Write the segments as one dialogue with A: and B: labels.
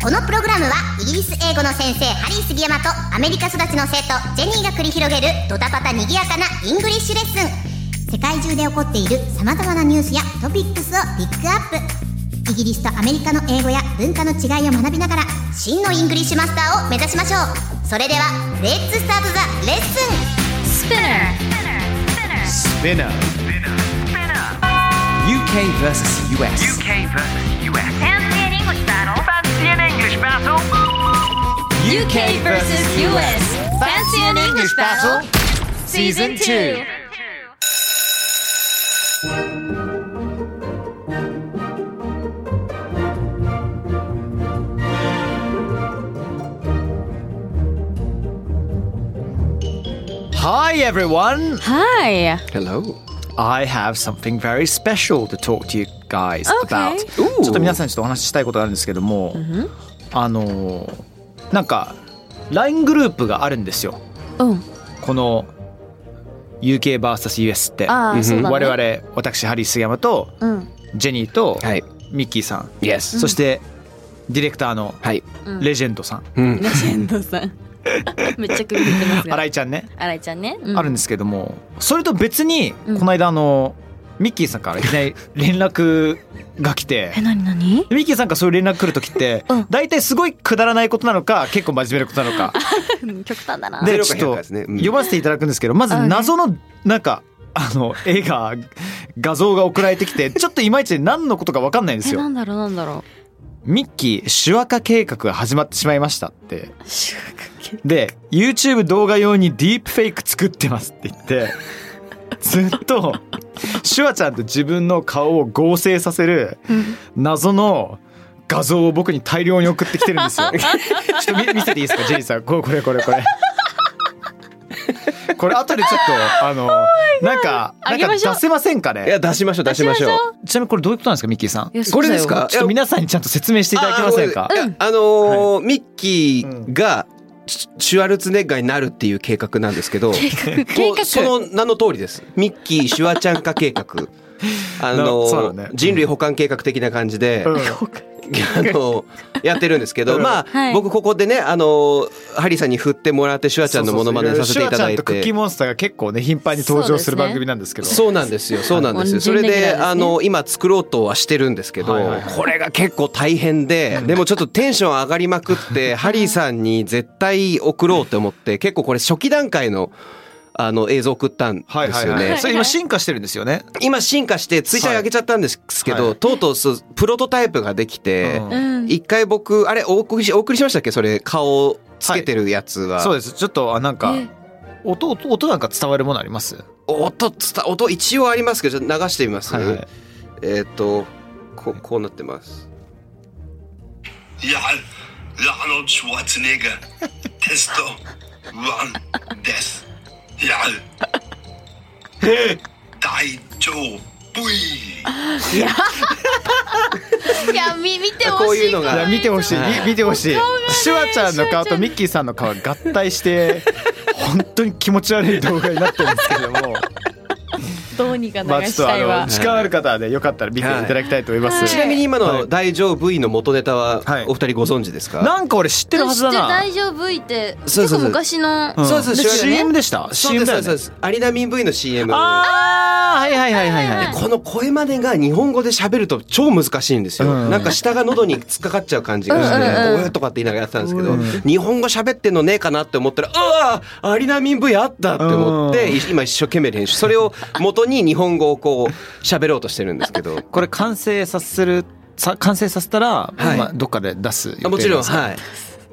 A: このプログラムはイギリス英語の先生ハリー杉山とアメリカ育ちの生徒ジェニーが繰り広げるドタパタにぎやかなイングリッシュレッスン世界中で起こっている様々なニュースやトピックスをピックアップイギリスとアメリカの英語や文化の違いを学びながら真のイングリッシュマスターを目指しましょうそれではレッツスタートザレッスン
B: Spinner. UK versus US.
C: UK versus US. Fancy an English battle. Fancy an English battle.
B: UK versus US. Season
C: Fancy an English battle.
B: 2. Hi everyone.
D: Hi.
B: Hello. I have something very special to talk to you guys about.
D: Okay.
B: ちょっと皆さんにちょっとお話ししたいことがあるんですけども、あのーなんか LINE グループがあるんですよ。
D: うん。
B: この UK vs US って、
D: ああ、そうだね。
B: 我々私ハリー杉山と
D: うん。
B: ジェニーと
E: はい。
B: ミッキーさん、
E: Yes.
B: そしてディレクターの
E: はい。
B: レジェンドさん、
E: うん。
D: レジェンドさ ん。めっちゃ首振ってます
B: 新
D: が。
B: 井ちゃんね、
D: 新井ちゃんね。うん
B: あるんですけどもそれと別にこ
D: うん
B: の間あの、ミッキーさんからいきなり連絡が来て
D: え、。なになに
B: ミッキーさんからそういう連絡来る時って
D: うん
B: 大体すごいくだらないことなのか結構真面目なことなのか
D: 極端だな。
B: で
E: 0か
B: ちょ
E: 100
B: っと
E: かですねうん
B: 読ませていただくんですけどまず
D: あね
B: 謎のなんかあの絵が画像が送られてきてちょっといまいち何のことか分かんないんです
D: え、な
B: よ。
D: んだろうなんだろ
B: ミッキー手話化計画が始まってしまいましたって
D: う。収穫系
B: で YouTube 動画用にディープフェイク作ってますって言ってずっとシュワちゃんと自分の顔を合成させる謎の画像を僕に大量に送ってきてるんですよ。 ちょっと見見せていいですかジェリーさんこれこれこれこれ。これ後でちょっとあのなんかな
D: あ
B: ん
D: げ
B: か
D: ま
B: 出
D: しょう
B: せませんか
E: い
B: ね
E: や、出しましょう、出しましょう。
B: ちなみにこれどういうことなんですかミッキーさん
D: いや
E: これですか
B: ちょっと皆さんにちゃんと説明していただけませんか
E: あーごめんなさいいやあのーミッキーが、シュシュワルツェネッガーになるっていう計画なんですけど、 計
D: 計画。
E: その名の通りです。ミッキーシュワちゃん化計 画。あ
B: な
E: の
B: そう
E: ー
B: だねうん
E: 人類保管計画的な感じで、
B: うん
E: あのやってるんですけど、まあ、
D: はい
E: 僕ここでね、あのハリーさんに振ってもらって、シュワちゃんのモノマネさせていただい
B: シュワちゃんとクッキ
E: て
B: ー。モンスターが結構ね頻繁に登場する番組なんですけど。
E: そうなんですよ、そうなんですよ。そ
D: 準
E: れ
D: レギュラーで
E: で、
D: すね
E: あの、今作ろうとはしてるんですけど
B: はいはいは、
E: これが結構大変で、でもちょっとテンション上がりまく って、ハリーさんに絶対送ろうと思って、結構これ初期段階の、あの、映像送ったんで
B: はいは
E: す
B: い
E: よ
B: はい。
E: ね。
B: それ今進化してるんですよね。
E: 今進化して、ツイッターに上げちゃったんですけ
B: はいは
E: ど、とうとうそうプロトタイプができて、
B: うん
D: うん。
E: 一回僕、あれ、お送りし、お送りしましたっけそれ、顔をつけてるやつは。
B: そうです。ちょっとあなんか
D: え
B: 音音音なんか伝わるものあります。
E: 音つた、音一応ありますけど、ちょっと流してみます。
B: はいはい。
E: えっ、と、ここうなってます。
F: Jan, Arnold Schwarzenegger. Testo. Run. Des. Jan. Dai Joe. Bui.
D: いや、み、見てほしい。
E: こういうのが
B: いや見てほしい、
E: はい
B: み見てほしい。シュワちゃんの顔とミッキーさんの顔が合体して。 本当に気持ち悪い動画になってるんですけども、
D: どうにか流
B: まあちょっ
D: したい
B: とあ
D: わ
B: の。時間ある方はねよかったら見ていただきたいと思います。
D: はい
E: ちなみに今
B: は
E: の
B: い
E: 大丈夫 V の元ネタは
B: はい
E: お二人ご存知ですか、
B: なんか俺知ってるはずだな。
D: 大丈夫いって、
E: そうそ
D: 結
E: うそう
D: 構昔の。
B: ん
E: そうそうシュワちゃんね
B: CM でした。
E: そうで
B: CM
E: す
B: だ
E: そ
B: よ
E: うで
B: ね。
E: すアリナミン V の CM こ
B: ああはいはいはいはいはい。
E: の声真似が日本語で喋ると超難しいんですよ、
B: うん
E: なんか下が喉に突っかかっちゃう感じがして「
D: うんうんうん
E: おえ」とかって言いながらやってたんですけど、日本語喋ってんのねえかなって思ったら「うわーアリナミン V あった!」って思って今一生懸命練習それを元に日本語をこう喋ろうとしてるんですけど
B: これ完成させるさ完成させたら、
E: はい
B: まあどっかで出す予定
E: あもちろん
B: ですか
E: はい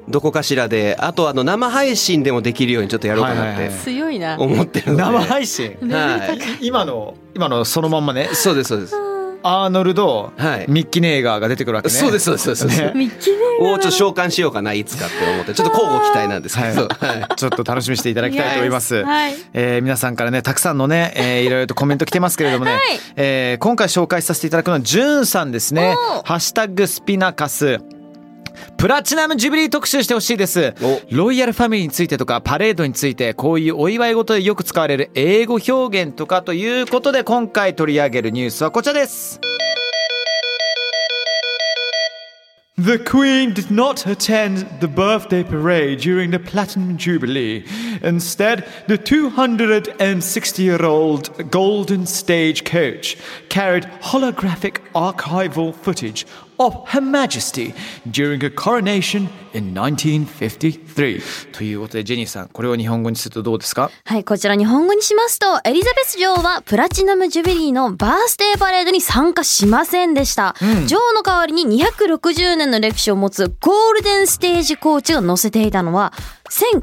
E: どこかしらであとあの生配信でもできるようにちょっとやろうかなっ
B: はい
E: て
B: はいはい
D: 強いな。
E: 思ってるので
B: 生配信
E: はい。
B: 今の今のそのまんまね
E: そうです、そうです。
B: アーノルド、
E: はい
B: ミッキーネーガーが出てくるわけね
E: そうですそうですそうです、
B: ね
E: をちょっと召喚しようかないつかって思ってちょっと交互期待なんですけど、はい
B: ちょっと楽しみにしていただきたいと思います。
D: はい
B: えー皆さんからねたくさんの ね、えーいろいろとコメント来てますけれどもね、えー今回紹介させていただくのはじゅんさんですね
D: お。
B: ハッシュタグスピナカス。プラチナムジュビリー特集してほしいです
E: お。
B: ロイヤルファミリーについてとか、パレードについて、こういうお祝い事でよく使われる英語表現とかということで、今回取り上げるニュースはこちらです。The Queen did not attend the birthday parade during the Platinum Jubilee. Instead, the 260 year old Golden Stagecoach carried holographic archival footage of Her Majesty during her coronation in 1953. ということで、ジェニーさん、これを日本語にするとどうですか
D: はい、こちら日本語にしますと、エリザベス女王はプラチナムジュビリーのバースデーパレードに参加しませんでした。女王の代わりに260年の歴史を持つゴールデンステージコーチが載せていたのは、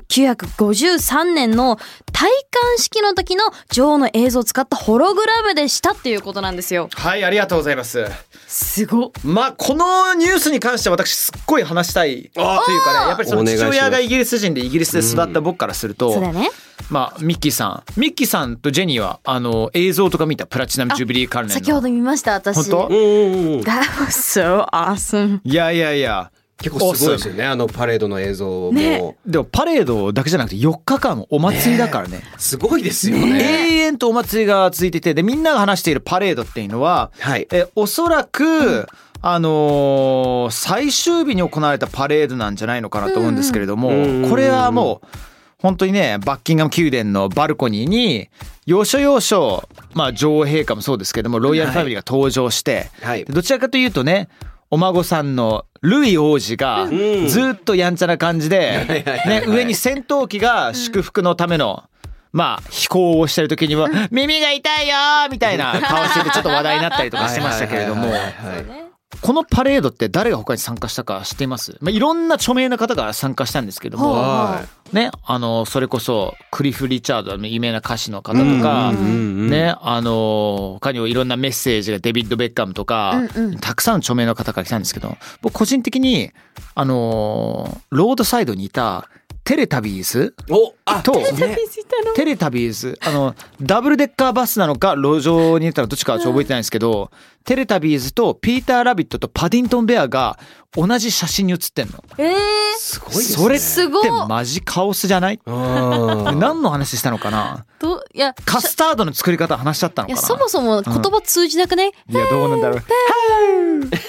D: 1953年の戴冠式の時の女王の映像を使ったホログラムでしたっていうことなんですよ。
B: はい、ありがとうございます。
D: すごっ。
B: まあこのニュースに関しては私すっごい話したいというかねやっぱりその
E: お願いし
B: 父
E: ます
B: 親がイギリス人でイギリスで育った僕からすると、
D: そうだよね。
B: まあミッキーさんミッキーさんとジェニーはあの映像とか見たプラチナムジュビリー関連の
D: 先ほど見ました、私。
B: 本当
D: That was so awesome.
B: いやいやいや
E: 結構すごいですよねあのパレードの映像も、
D: ね
B: でもパレードだけじゃなくて4日間お祭りだからね
E: すごいですよね
B: 永遠とお祭りが続いててでみんなが話しているパレードっていうのは、
E: はい
B: えおそらく、あのー最終日に行われたパレードなんじゃないのかなと思うんですけれども、
E: うんうん
B: これはもう本当にねバッキンガム宮殿のバルコニーに要所要所、まあ、女王陛下もそうですけどもロイヤルファミリーが登場して、
E: はい
B: どちらかというとねお孫さんのルイ王子が
E: ん
B: ずっとやんちゃな感じで、ね、上に戦闘機が祝福のための、まあ、飛行をしてる時には、耳が痛いよーみたい な顔してて、ちょっと話題になったりとかしてましたけれども、このパレードって誰が他に参加したか知っています、まあ、いろんな著名な方が参加したんですけども、
E: は
B: ね、あの、それこそ、クリフ・リチャードの有名な歌手の方とか、
E: うんうんうんうん
B: ね、あの、他にもいろんなメッセージがデビッド・ベッカムとか、たくさんの著名な方から来たんですけど、僕個人的に、あの、ロードサイドにいた、テレタビーズ
E: いおあ
B: と、
E: ね
B: テレタビーズあのダブルデッカーバスなのか路上にいたのかどっちかはちょっと覚えてないんですけど、テレタビーズとピーター・ラビットとパディントン・ベアが同じ写真に写ってんの。
D: えー、
E: すごいです
B: それっ
D: すごい
B: てマジカオスじゃない
E: あ
B: 何の話したのかな
D: と、いや、
B: カスタードの作り方話しちゃったのか
D: いや
B: な
D: そもそも言葉通じなくね、
B: いやどうなん だろう。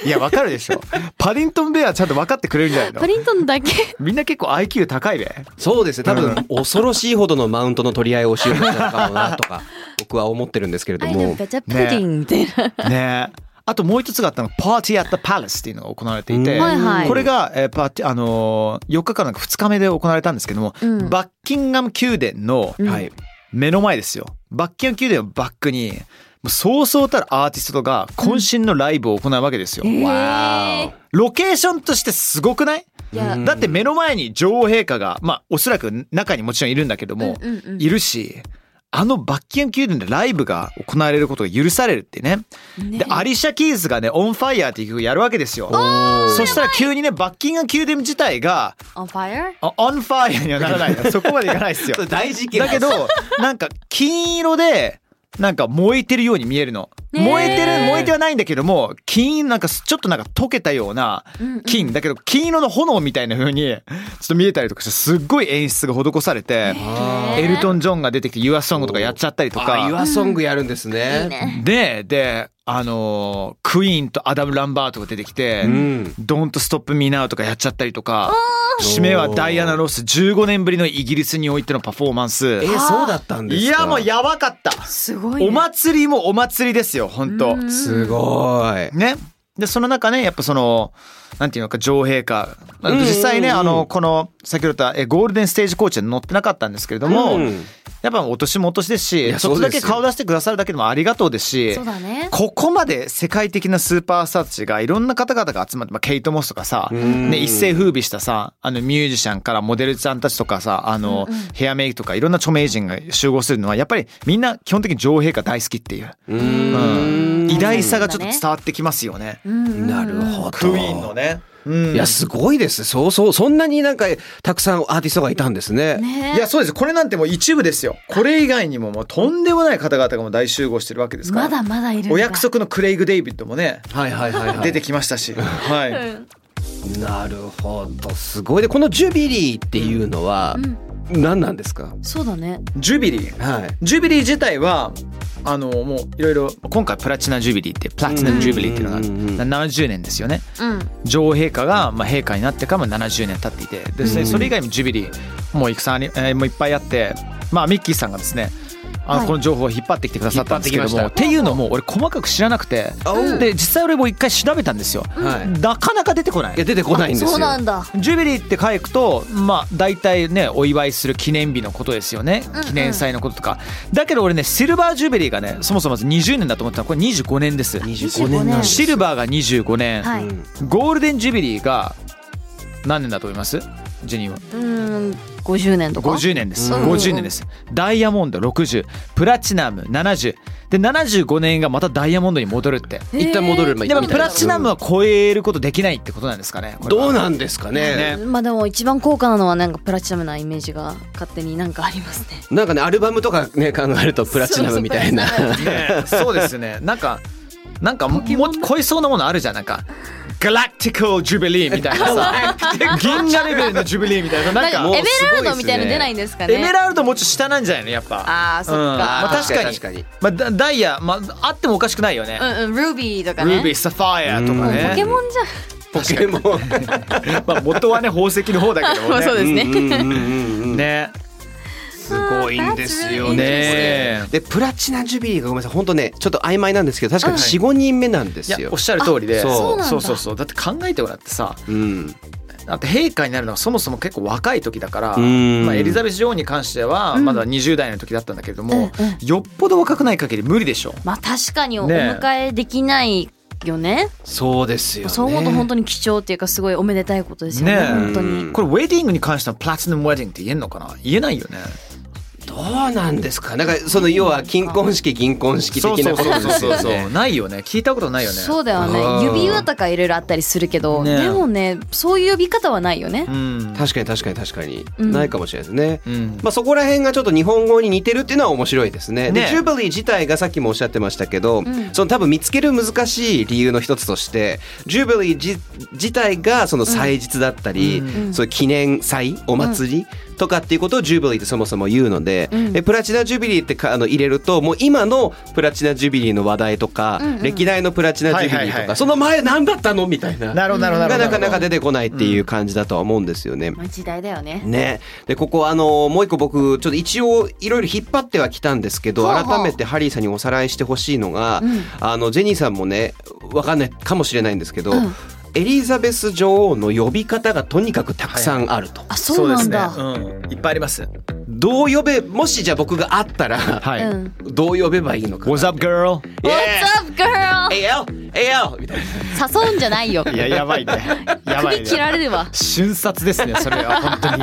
B: いやわかるでしょ。パディントン・ベアちゃんと分かってくれるんじゃないの
D: パリントン だけ
B: みんな結構 IQ 高いね。
E: そうですね多分恐ろしいほどのマウントの取り合いをしようとしたのかもなとか 僕は思ってるんですけれ
D: 「
E: ど
D: アイの
E: も
D: ガチャプディン」みたいな、
B: ねえあともう一つがあったのがパーティー・アット・パレスっていうのが行われていて、
E: うん
D: はいはい
B: これが、えーパーティーあのー、4日間なんか2日目で行われたんですけども、
D: うん
B: バッキンガム宮殿の
E: はい
B: 目の前ですよバッキンガム宮殿をバックにもうそうそうたるアーティストが渾身のライブを行うわけですよ、
E: わ
B: ロケーションとしてすごくない
D: いや、
B: だって目の前に女王陛下がまあおそらく中にもちろんいるんだけども、
D: うんうんうん
B: いるしあのバッキンガム宮殿でライブが行われることが許されるってねでアリシャ・キーズがね「オンファイヤーっていう曲をやるわけですよそしたら急にねバッキンガム宮殿自体が
D: On fire?
B: あオンファイヤーにはならないよそこまでいかないですよ
E: お大事件
B: だけどなんか金色でなんか燃えてるように見えるの
D: ねえ
B: 燃えてる燃えてはないんだけども金なんかちょっとなんか溶けたような金だけど金色の炎みたいな風にちょっと見えたりとかしてすっごい演出が施されてエルトン・ジョンが出てきて「ユアソングとかやっちゃったりとか
E: あユアソングやるんですね
B: でであのークイーンとアダム・ランバートが出てきて「
E: うん
B: ドントストップ・ミー・ナウ」とかやっちゃったりとか締めはダイアナ・ロス15年ぶりのイギリスにおいてのパフォーマンス
E: えそうだったんですか
B: いやもうやばかった
D: すごい、ね、
B: お祭りもお祭りですよ本当
E: すごい
B: ねでその中ねやっぱそのなんていうのか女王陛下実際ねあのこの先ほど言ったえゴールデンステージコーチは乗ってなかったんですけれども、
E: うん
B: やっぱお年もお年ですし
E: や
B: ちょっとだけ
E: そうですよ
B: 顔出してくださるだけでもありがとうですし
D: そうだね
B: ここまで世界的なスーパースターたちがいろんな方々が集まって、まあ、ケイト・モスとかさ、
E: ん
B: ね、一世風靡したさあのミュージシャンからモデルさんたちとかさあの、ヘアメイクとかいろんな著名人が集合するのはやっぱりみんな基本的に女王陛下大好きっていう。
E: うんん
B: 偉大さがちょっと伝わってきますよね。
E: なるほど
B: クイーンのね。うん
E: いやすごいですそうそうそんなになんかたくさんアーティストがいたんですね
B: いやそうですこれなんてもう一部ですよこれ以外にももうとんでもない方々がもう大集合してるわけですから
D: まだまだいるんだ
B: お約束のクレイグ・デイビッドもね
E: はいはいはい、はい、
B: 出てきましたし、はい、
E: なるほどすごいでこのジュビリーっていうのは、何なんですか
D: そうだね
B: ジュビリー
E: はい
B: ジュビリー自体はあのもういろいろ今回プラチナ・ジュビリーってプラチナ・ジュビリーっていうのがある
E: うんうんうん
B: 70年ですよね
D: うん
B: 女王陛下が、まあ、陛下になってからも70年経っていてでそれそれ以外にジュビリーもういくさんあり、えーもういっぱいあって、まあ、ミッキーさんがですねあの
D: はい
B: この情報を引っ張ってきてくださったんですけど
E: 引っ張
B: も
E: っ
B: ってていうのも俺細かく知らなくて
E: うん
B: で実際俺も一回調べたんですよ
E: はい
B: なかなか出てこない
E: いや出てこないんですよ
D: そうなんだ
B: ジュビリーって書くとまあ大体ねお祝いする記念日のことですよね記念祭のこととかだけど俺ねシルバージュビリーがねそもそもまず20年だと思ってたのこれ25年です
E: 25年なんです
B: シルバーが25年、
D: はい
B: ゴールデンジュビリーが何年だと思いますジェニーは
D: うん50年とか
B: 50年です
D: うんうんうん
B: 50年ですダイヤモンド60プラチナム70で75年がまたダイヤモンドに戻るって
E: 一旦戻るまあ
B: でも
E: みた
B: プ
E: いな
B: ラチナムは超えることできないってことなんですかねこれは
E: どうなんですかね
B: ね
D: まあでも一番高価なのはなんかプラチナムなイメージが勝手になんかありますね
E: なんかねアルバムとかね考えるとプラチナムみたいな
D: そうそう
B: ねそうですねなんかなんかもも超えそうなものあるじゃんなんかガラクティカルジュビリーみたいな さ銀河レベルのジュビリーみたいななん
D: なん
B: か
E: もう
D: かエメラル
E: すごいです
D: ド
E: ね
D: みたいなの出ないんですかね
B: エメラルドもうちょっと下なんじゃないのやっぱ
D: あーそっか
B: うんまあ、確かに
E: 確かに
B: まあ、ダダイヤ、まあ、あってもおかしくないよね、
D: うんうんルビーとかね
B: ルビーサファイアとか
D: もうポケ
B: ね、
D: モンじゃん
E: ポケモン
B: まあ、元はね宝石の方だけどもね
D: そうですね、
E: うんうんうんうん
B: ね
E: すごいんですよね
B: ね
E: でプラチナジュビリーがごめんなさい本当ねちょっと曖昧なんですけど確かに45、人目なんで
B: い
E: す
B: や
E: よ
B: おっしゃる通りで
E: あそう
D: なんだ
B: そうそうそうだって考えてもらってさ
E: うん
B: だって陛下になるのはそもそも結構若い時だから、
E: うん
B: まあ、エリザベス女王に関してはまだ20代の時だったんだけれども、
D: うんうん
B: よっぽど若くない限り無理でしょ
D: まあ確かにお
B: ねえ
D: 迎えできないよね
E: そうですよね
D: そう思うと本当に貴重っていうかすごいおめでたいことですよね
B: ねえ
D: 本当
E: うん
D: に
B: これウェディングに関してはプラチナムウェディングって言えんのかな言えないよね
E: どうなんですかなんかその要は金婚式銀婚式
B: そう
E: 的
B: そ
E: な
B: う
E: こと
B: そう
E: です
B: そう
E: よ
B: そう
E: ね
B: ないよね聞いたことないよね
D: そう
B: う
D: だよ
E: うん
D: ね指輪とかいろいろあったりするけど、
B: ねえ
D: でもねそういう呼び方はないよね、
B: ん
E: 確かに確かに確かに、
D: うん
E: ないかもしれないですね、
B: うん
E: まあ、そこら辺がちょっと日本語に似てるっていうのは面白いですねで
B: ね
E: ジュビリー自体がさっきもおっしゃってましたけど、その多分見つける難しい理由の一つとしてジュビリーじ自体がその祭日だったり、そういう記念祭お祭りとかっていうことをジュビリーってそもそも言うので、えプラチナジュビリーってかあの入れるともう今のプラチナジュビリーの話題とか、歴代のプラチナジュビリーとか、
B: はいはいはい
E: その前何だったのみたいな
B: なるほどなるほど
E: がなかなか
B: で
E: 出てこないっていう感じだとは思うんですよね。
D: まあ時代だよね
E: ね、でここあのもう一個僕ちょっと一応いろいろ引っ張ってはきたんですけど
D: ほうほう
E: 改めてハリーさんにおさらいしてほしいのが、あのジェニーさんもねわかんないかもしれないんですけど、
D: うん
E: エリザベス女王の呼び方がとにかくたくさんあると。
D: あそうなんだ
B: うん、いっぱいあります
E: どう呼べもしじゃあ僕があったら、
B: はい、
D: うん
E: どう呼べばいいのかな。
B: What's up girl?
E: Yeah!
D: What's up girl
E: えいよえいよみたいな。
D: 誘うんじゃないよ
B: いややばいねやばい
D: 首切ら
B: ね
D: れるわ
B: 瞬殺ですねそれは本当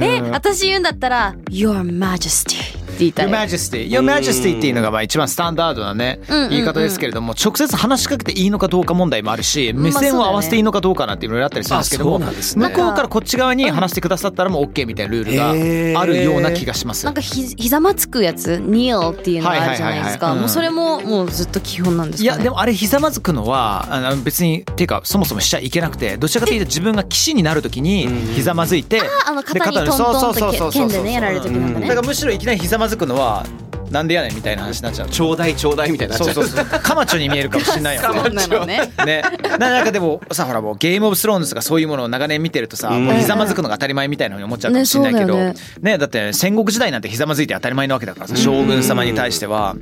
B: に
D: え私言うんだったら「Your Majesty」って言いた
B: Your
D: い
B: Majesty Your Majesty っていうのがまあ一番スタンダードなね
D: うんうんうん
B: 言い方ですけれども直接話しかけていいのかどうか問題もあるし
D: まあ
B: 目線を合わせていいのかどうかなんていろいろあったりするんですけど
E: あ
B: も
E: そうなんですね
B: 向こうからこっち側に話してくださったらもう OK みたいなルールがあるような気がします
D: なんかひひざまつくやつ「Kneel」っていうのがあるじゃないですか、
B: はいはいはいはいうん
D: もうそれももうずっと基本なんです
B: い
D: か、ね、
B: やでもあれひざまずくのはあの別にっていうかそもそもしちゃいけなくてどちらかというと自分が騎士になるときにひざまずいて
D: あの肩に
B: で
D: トントン
B: そうそうそうそ
D: と
B: う
D: け剣でねやられる時なん
B: だ
D: だね、
B: からむしろいきなりひざまずくのはなんでやねんみたいな話になっちゃう
E: ちょうだいちょうだいみたいになっち
B: そ
E: ゃ
B: うそうそうカマチョに見えるかもしれないよね
D: そうなのね
B: ね、ななんかでもさほらもうゲームオブスローンズとかそういうものを長年見てるとさ、
E: うん
B: もうひざまずくのが当たり前みたいなふうに思っちゃうかもしれないけど、
D: ね
B: ね
D: そ
B: だって戦国時代なんてひざまずいて当たり前なわけだからさ将軍様に対しては、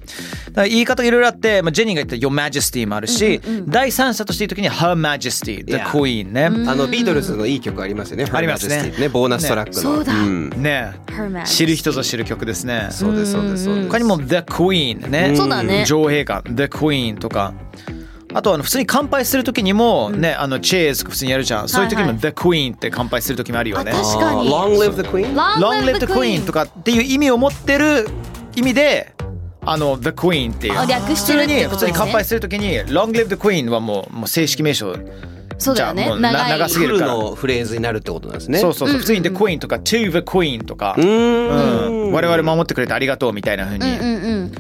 B: だから言い方がいろいろあって、まあ、ジェニーが言った「Your Majesty」もあるし、第三者として言う時に「Her Majesty」「The
E: Yeah
B: Queen ね」
E: あのビートルズのいい曲ありますよね。
B: ありますね
E: Her Majesty ねボーナストラックの。
D: そうだ
E: ん
B: ね
D: Her Majesty
B: 知る人ぞ知る曲ですね
E: そうですそうですそうです。
B: 他にも「The Queen ね」
D: そうだね
B: 女王陛下「The Queen」とかあとあの普通に乾杯する時にもね、あのチェーズ普通にやるじゃんそういう時に
D: はい
B: も
D: は
B: 「The Queen」って乾杯する時もあるよね
D: あ確かに
E: あー Long live the queen?
D: Long
B: Long live the queen とかっていう意味を持ってる意味であの The Queen っていう
D: あ略
B: 普
D: してる
B: 通
D: っ
B: に
D: てこ
B: 普
D: と
B: 通に
D: です
B: 乾杯
D: ね
B: するときに Long Live the Queen はもうもう正式名称
D: そうだ
B: じゃ
D: よ
B: あ
D: ね
B: もうな
D: 長
B: 長
D: い
B: すぎ
E: フ
B: る
E: ル
B: から
E: のフレーズになるってことなんですね。
B: そうそうそう普通に The Queen とか To the Queen とか
E: う
B: う
E: ー
B: ん
E: ん。
B: 我々守ってくれてありがとうみたいな風に
D: うんうんうん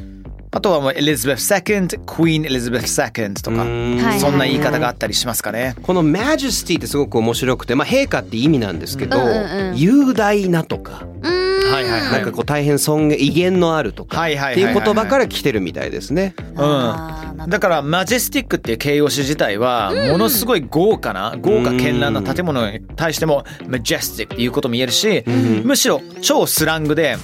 B: あとはもう Elizabeth II Queen Elizabeth II とか
E: うん
D: はい
B: そんな言い方があったりしますかね
E: この Majesty ってすごく面白くて、まあ陛下って意味なんですけど
D: うんうんう、ん
E: 雄大なとか、
B: はいはいは
E: ないんかこう大変尊厳威厳のあるとかっ
B: はい
E: て
B: はいはい
E: い
B: はいう
E: 言葉から来てるみたいですね。
D: あーな
B: うん、だからマジェスティックっていう形容詞自体はものすごい豪華な豪華絢爛な建物に対してもマジェスティックっていうことも言えるしむしろ超スラングで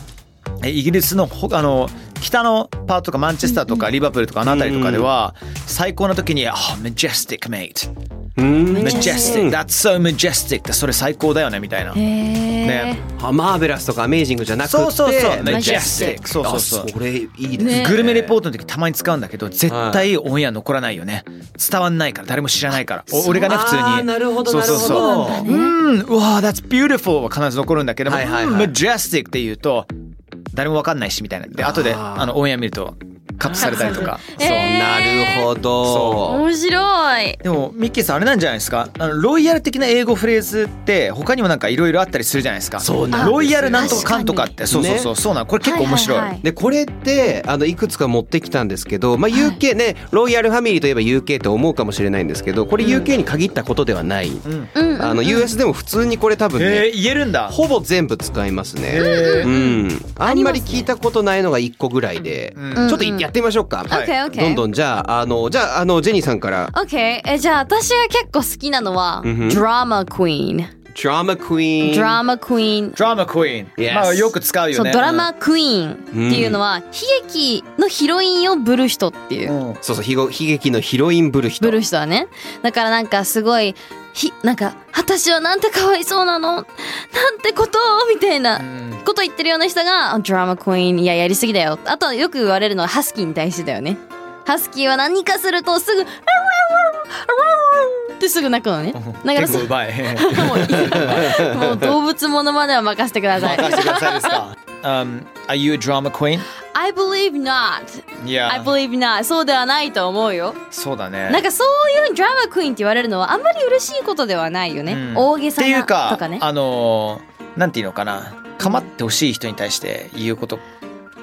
B: えイギリスのほあの北のパートとかマンチェスターとかリバプールとかあの辺りとかでは最高な時に「あ、マジェスティックメイト」「マジェスティック That's so majestic」ってそれ最高だよねみたいな。ね、
E: あマーベラスとかアメージングじゃなくて
B: そうそうそう
E: マ
B: majestic そうそうそう
E: あそれいいですね
B: グルメレポートの時たまに使うんだけど絶対オンエア残らないよね伝わんないから誰も知らないからお俺がね普通に
E: あーなるほど
B: そうそうそう
E: なるほど
B: うんうわー That's beautiful は必ず残るんだけども、
E: はいはいはい
B: うん Majestic って言うと誰もわかんないしみたいなで後であのオンエア見るとカットされたりとか
E: そうなるほど
D: 面白い
B: でもミッキーさんあれなんじゃないですかあのロイヤル的な英語フレーズって他にもなんかいろいろあったりするじゃないですか
E: そうなんですよ
B: ロイヤルなんとかかんとかってそうそうそうそうなのこれ結構面白い、
D: はいはいはい
E: でこれってあのいくつか持ってきたんですけど、まあ、UK ね、ロイヤルファミリーといえば UK って思うかもしれないんですけどこれ UK に限ったことではない、
D: うんうん
E: あの US でも普通にこれ多分
B: へ
E: ね
B: え言えるんだ
E: ほぼ全部使いますね、
B: へー
E: うん、あんまり聞いたことないのが1個ぐらいで、
B: うん
E: ちょっとやってみましょうか、
D: はい OK OK
E: どんどんじゃああのじゃああのジェニーさんから
D: OK えじゃあ私が結構好きなのは
E: うんうん
D: ドラマクイーン
E: ドラマクイーン
D: ドラマクイーン
B: ドラマクイーン、
E: Yes
B: まあよく使うよ
D: そう
B: ね
D: ドラマクイーンっていうのは悲劇のヒロインをぶる人っていううん
E: そうそうひご悲劇のヒロインぶる人
D: ブルー人はねだからなんかすごいひなんか「私はなんてかわいそうなのなんてことを」みたいなこと言ってるような人があ「ドラマクイーンいややりすぎだよ」あとよく言われるのはハスキーに対してだよねハスキーは何かするとすぐ「アラララってすぐ泣くのねだから
B: 結
D: そ
B: 構う まい
D: もういいもう動物ものまでは任せてください
B: 任せてくださいですか um, Are you a drama queen?
D: I believe not
B: いや
D: I believe not そうではないと思うよ
B: そうだね
D: なんかそういうドラマクイーンって言われるのはあんまり嬉しいことではないよね。
B: うん
D: 大げ
B: っ
D: さ
B: ていう
D: な
B: か
D: とかね。
B: あのーなんていうのかな構ってほしい人に対して言うこと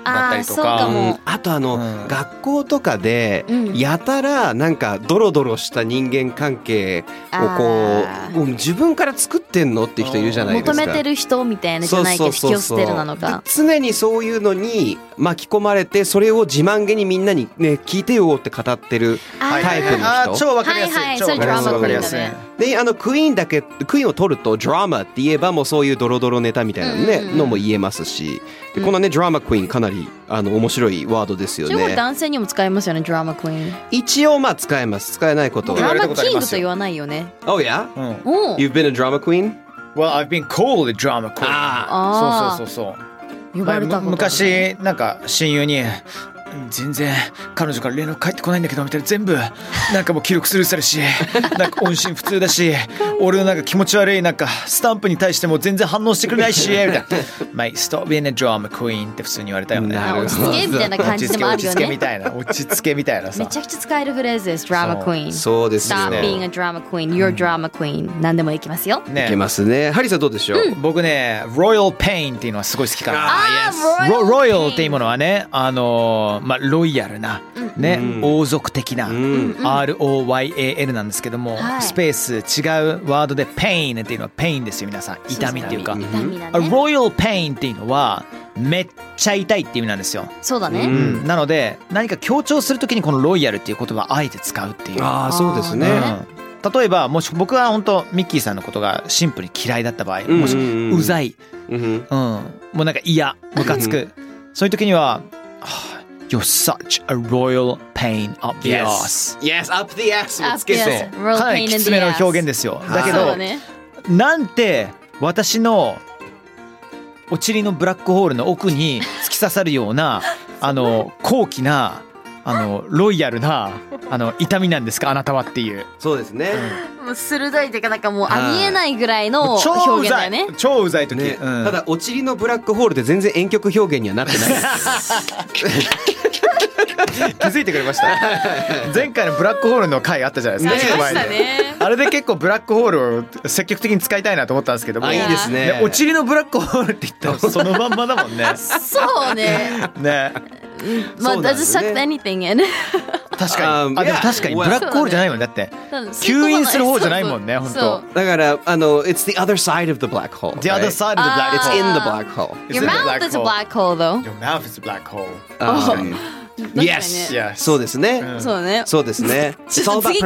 B: だったりとか
D: あーそうかも
E: うんあとあの、
B: うん
E: 学校とかで
D: うん
E: やたらなんかドロドロした人間関係をこ
D: あ
E: ううん自分から作ってんのっていう人いるじゃないです
D: 求
E: か。
D: めてる人みたいなじゃないけど引き寄せてるなの
E: で
D: か。
E: 常にそういうのに巻き込まれてそれを自慢げにみんなにね聞いてよって語ってる
D: あー
E: タイプ
B: あ
E: の
B: ー
E: 人。
B: 超わかりやすい、
D: はいはい
B: 超わかりやすい
E: それ
B: わかりやすい
D: ドラマ
E: であのクイーンだけクイーンを取るとドラマって言えばもうそういうドロドロネタみたいなの,、ね
D: うんうんうん
E: のも言えますしでこのねドラマクイーンかなりあの面白いワードですよ
D: それこそ
E: ね。
D: 男性にも使えますよね、ドラマクイーン。
E: 一応まあ使えます使えないこと
D: ド
E: は
D: ラ
B: れた
D: マ
B: ことあり
D: キン
B: ま
D: グ
B: す
D: と
B: よ
D: 言わないよね。
E: Oh yeah?
B: うん
D: おう
E: You've been a drama queen?
B: Well I've been called a drama queen
E: あ
D: あー
B: そうそうそうそう
D: 呼ばれたことある
B: む昔なんか親友に全然彼女から連絡返ってこないんだけどみたいな全部 なんかもう記録するさるしなんか音信不通だ し俺のなんか気持ち悪いなんかスタンプに対しても全然反応してくれない しみたいな「Mate stop being a drama queen」って普通に言われたよね
E: な
D: あ
E: る
D: 落 ち着けみたいな感
B: 落
D: じ
B: ち
D: で
B: 着け
D: もあ
B: 落
D: る
B: ち
D: よ
B: 着けみ
D: ね。
B: たいな落ち着けみたいなさ
D: めちゃくちゃ使えるフレーズです、ドラマクイーン。
E: そうですよ
D: Stop
E: ね。
D: being a drama queen, you're drama queen. 何でもいきますよ。
E: いけ
B: ね
E: ますね。ハリーさんどうでしょう、
B: 僕ね「Royal Pain」っていうのはすごい好きかな
E: あ
D: あー
B: Royal,
D: ロイヤル
B: Royal っていうものはね、あのーまあ、ロイヤルな、ね、
E: うん
B: 王族的な、
E: うん
B: ROYAL なんですけども、
D: はい
B: スペース違うワードで pain っていうのは pain ですよ皆さん痛みっていうか
E: 痛み
D: 痛みだ
B: あ
D: ね。
B: Royal Pain っていうのはめっちゃ痛いっていう意味なんですよ、
D: そうだ
E: う
D: ね。
E: ん
B: なので何か強調するときにこのロイヤルっていう言葉をあえて使うっていう
E: ああそうですね。
B: うん例えばもし僕は本当ミッキーさんのことがシンプルに嫌いだった場合、もし
E: うんうんうん
B: うざい、
E: うん
B: うん、もうなんか嫌ムカつくそういう時には 「You're such a royal pain up the ass」
E: Yes, up the ass も
D: Up
E: つけ
D: the
E: そう。
D: ass
B: かなりきつめの表現ですよだけ
D: そう
B: ど
D: だね。
B: なんて私のお尻のブラックホールの奥に突き刺さるよう なあの高貴なあのロイヤルなあの痛みなんですかあなたはっていう
E: そうですね。
D: もう鋭いというかなんかもうありえないぐらいの
B: もう
D: 表
B: 超う
D: 現だ
B: ざ
D: よ
B: い、
D: ね。
B: 超うざい時、
E: ね、
B: うん
E: ただお尻のブラックホールで全然遠曲表現にはなってないです。
B: 気づいてくれました 前回のブラックホールの回あったじゃないですか、
E: ね
B: ちょっと前に
G: ありましたね
B: あれで結構ブラックホールを積極的に使いたいなと思ったんですけども
E: あいいですね
B: おちりのブラックホールって言ったらそのまんまだもんね
D: そうね。
B: ね
D: まあ、
E: そうなん
D: doesn't
E: ですね
D: suck anything in.
B: 確かに
E: あ
B: あでも
E: いや
B: 確かにブラックホールじゃないもんだって吸引する方じゃないもんね
D: そう
B: 本
D: そう
B: 当
E: だからあの It's the other side of the black hole
B: The other
E: right?
B: side of the black
E: It's
B: hole
E: in the black hole
B: It's
D: Your
B: in the
D: mouth is a black hole though.
B: hole. Your mouth is a black hole
D: かにね
E: Yes
B: Yes
E: そうですね、
D: そうね。
E: そうですね It's all
D: ちょっと
E: about
D: 次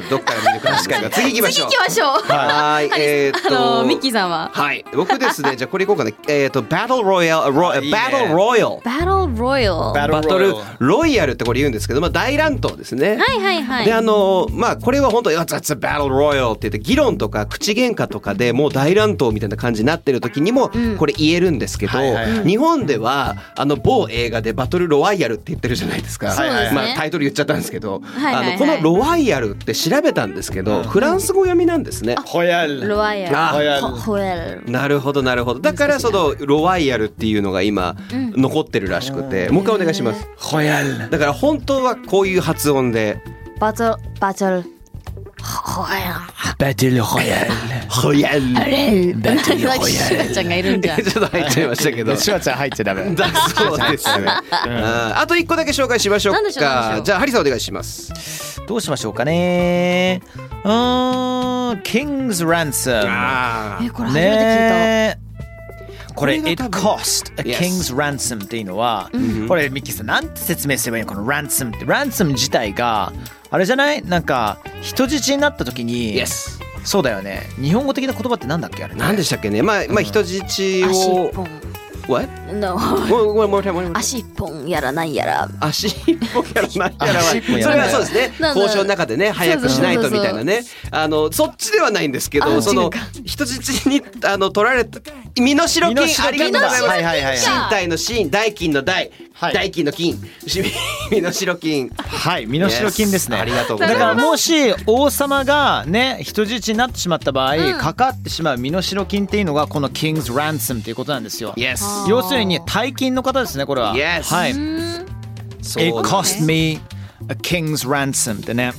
E: perspective どっから見るか確かに次行きまし
D: 次
E: ょう
D: 行きましょう。
E: はいえーっ
D: あ
E: と
D: のミッキーさんは。
E: はい僕ですねじゃあこれ行こうかねえーっと Battle Royale あロイ
B: いいね
E: Battle Royale
D: Battle Royal。は
B: バ
E: バトルロイヤルってこれ言うんですけど、まあ、大乱闘ですね。
D: いはいはい。
E: であのまあこれは本当に「That's a battle royal」って言って議論とか口喧嘩とかでもう大乱闘みたいな感じになってる時にもこれ言えるんですけど、
B: はいはいは
E: 日本ではあの某映画で「バトルロワイヤル」って言ってるじゃないですか、
B: そうですね
E: まあ、タイトル言っちゃったんですけど、
D: はいはいはい
E: あのこの「ロワイヤル」って調べたんですけど、フランス語読みなんですね。
B: ホヤル
D: ロワイヤ
E: あ
B: ホヤ
D: ル。
B: ル
D: ホホエル。
E: なるほどなるほどだからその「ロワイヤル」っていうのが今残ってるらしくて、もう一回お願いします。
B: ホヤル
E: だから本当はこういう発音で
D: バトルバトル。ホエ
B: バトルホヤル
E: ホヤル
D: ル。バトルホエル。シュワちゃんがいるんじゃん。
E: ちょっと入っちゃいましたけど。
B: シュワちゃん入っちゃダメ
E: だそうですね。あーあと一個だけ紹介しましょう
D: なんでしょうなんでし
E: か。
D: ょう
E: じゃあハリーさんお願いします。
B: どうしましょうかねうーん King's Ransom
E: あ
D: えこれ初めて聞い
B: ねえこれ
E: これ
B: It
E: が多分
B: cost a
E: Yes
B: king's ransom っていうのはこれミッキーさんなんて説明すればいいのこの ransom って ransom 自体があれじゃないなんか人質になった時に
E: Yes
B: そうだよね日本語的な言葉ってなんだっけあれ
E: あ。なんでしたっけね。まあまあ人質
D: た。足
E: を
D: 一。本。
E: What?
D: No。
E: One- one more time, one more time.
D: 足一本やらなんやら。
E: 足一本やらないやらは
B: 足一本や
E: そ
B: ら
E: れ
B: な
E: はいそうですね
D: なんだ
E: 交渉の中でね早くしないとみたいなねあのそっちではないんですけど
D: あ
E: そ
D: 違う
E: の
D: か
E: 人質にあの取られた身の代金
B: 身代金
E: ありがとうございます
B: はいはいはいはい
E: 身体の身代金の
B: は
E: 代、
B: い
E: 代金の金し身の代金
B: はい身代金ですね
E: Yes ありがとうご
B: だ
E: ざい
B: か
E: ます
B: らもし王様がね人質になってしまった場合、かかってしまう身代金っていうのがこの King's Ransom っていうことなんですよ
E: Yes
B: 要するに大金の方ですねこれは
E: Yes
B: はい It
E: そう
B: cost me a king's ransom ってね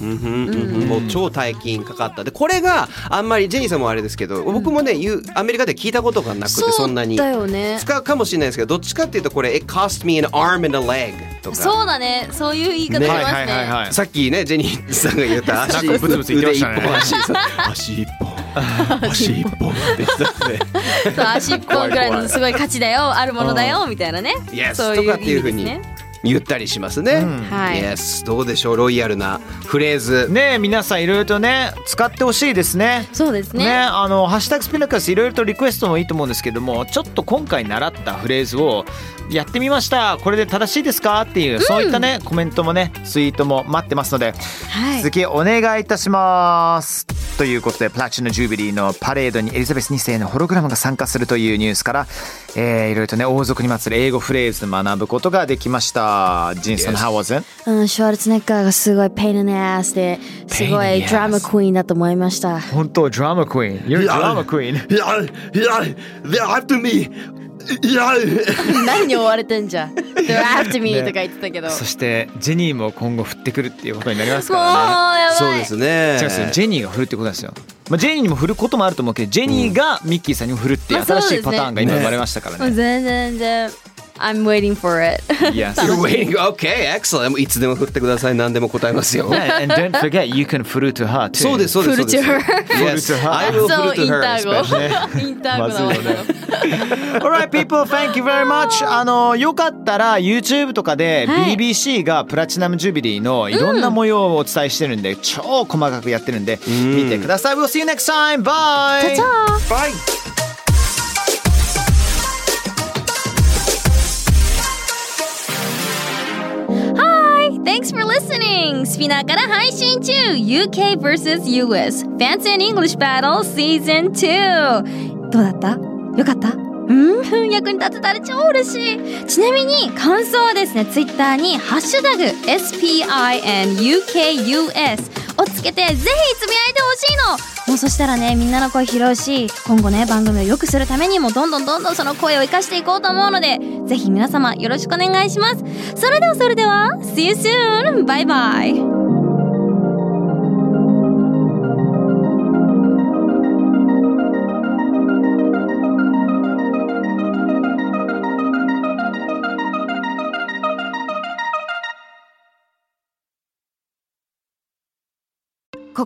E: もう超大金かかったでこれがあんまりジェニーさんもあれですけど僕もね言うアメリカで聞いたことがなくてそんなに
D: だよね。
E: 使うかもしれないですけどどっちかっていうとこれ「It cost me an arm and a leg」とか
D: そうだね。そういう言い方ありますね。
B: い
E: さっきねジェニーさんが 言った足
B: なんかブツブツ言ってましたね
E: 腕一本足 足一本足一本って言ってたんで
D: そう足一本ぐらいのすごい価値だよ、あるものだよみたいなね。
E: Yes
D: そう
E: と
D: い
E: かっ
D: う
E: てい
D: 意
E: うふ
D: 味
E: う
D: です
E: に
D: ね。
E: 言ったりしますね。
D: はい
E: Yes どうでしょうロイヤルなフレーズ。
B: ねえ皆さんいろいろとね使ってほしいですね
D: そうですね。
B: ねあのハッシュタグスピナカスいろいろとリクエストもいいと思うんですけどもちょっと今回習ったフレーズをやってみましたこれで正しいですかっていう、そういったねコメントもねツイートも待ってますので、続きお願いいたしますということでプラチナジュビリーのパレードにエリザベス2世のホログラムが参加するというニュースから、えー、いろいろとね王族にまつる英語フレーズ学ぶことができましたジンさん How was it?
D: うん、シュワルツェネッガーがすごいペインのアースで、すご
B: Pain in the
D: いドラマ
B: ass
D: クイーンだと思いました。
B: 本当ドラマクイーン You're a drama queen
F: Yeah, yeah, they're after me. Yeah.
D: 何に追われてんじゃん。They're after me とか言ってたけど。もう
B: そしてジェニーも今後振ってくるっていうことになります
D: や
B: からね。
E: そう
D: ば
E: で
D: い。
E: すね
B: 違うんですよジェニーが振るってことなんですよ、まあ、ジェニーにも振ることもあると思うけどジェニーがミッキーさんにも振るっていう
D: まあそう
B: 新
D: で
B: し
D: すね
B: いパターンが今生まれましたから
D: もう
B: ね。
D: 全然全然。I'm waiting for it.
B: yes.
E: You're waiting. Okay, excellent. いつでも振ってください。何でも答えます よ。
B: Yeah, and don't forget you can 振る to her too.
E: そうですそうです。
D: 振る
E: そうです
B: to her.
E: Yes, I will
D: そう、
E: 振
D: イン
E: る to
D: タ
E: her.
D: ーゴ。インターゴだわ。
B: Alright people, thank you very much. あのよかったら YouTube とかで
D: はい
B: BBC がプラチナムジュビリーのいろんな模様をお伝えしてるんで、超細かくやってるんで見てください。We'll see you next time. Bye.
D: はい Thanks for listening! スピナーから配信中 !UK vs.US Fancy and English Battle Season 2! どうだったよかったうん、 役に立てたら超嬉しいちなみに感想はですねツイッターに「ハッシュタグ #SPINUKUS」をつけてぜひつぶやいてほしいのもうそしたらねみんなの声拾うし今後ね番組を良くするためにもどんどんどんどんその声を生かしていこうと思うのでぜひ皆様よろしくお願いしますそれではそれでは See you soon! バイバイ
H: こ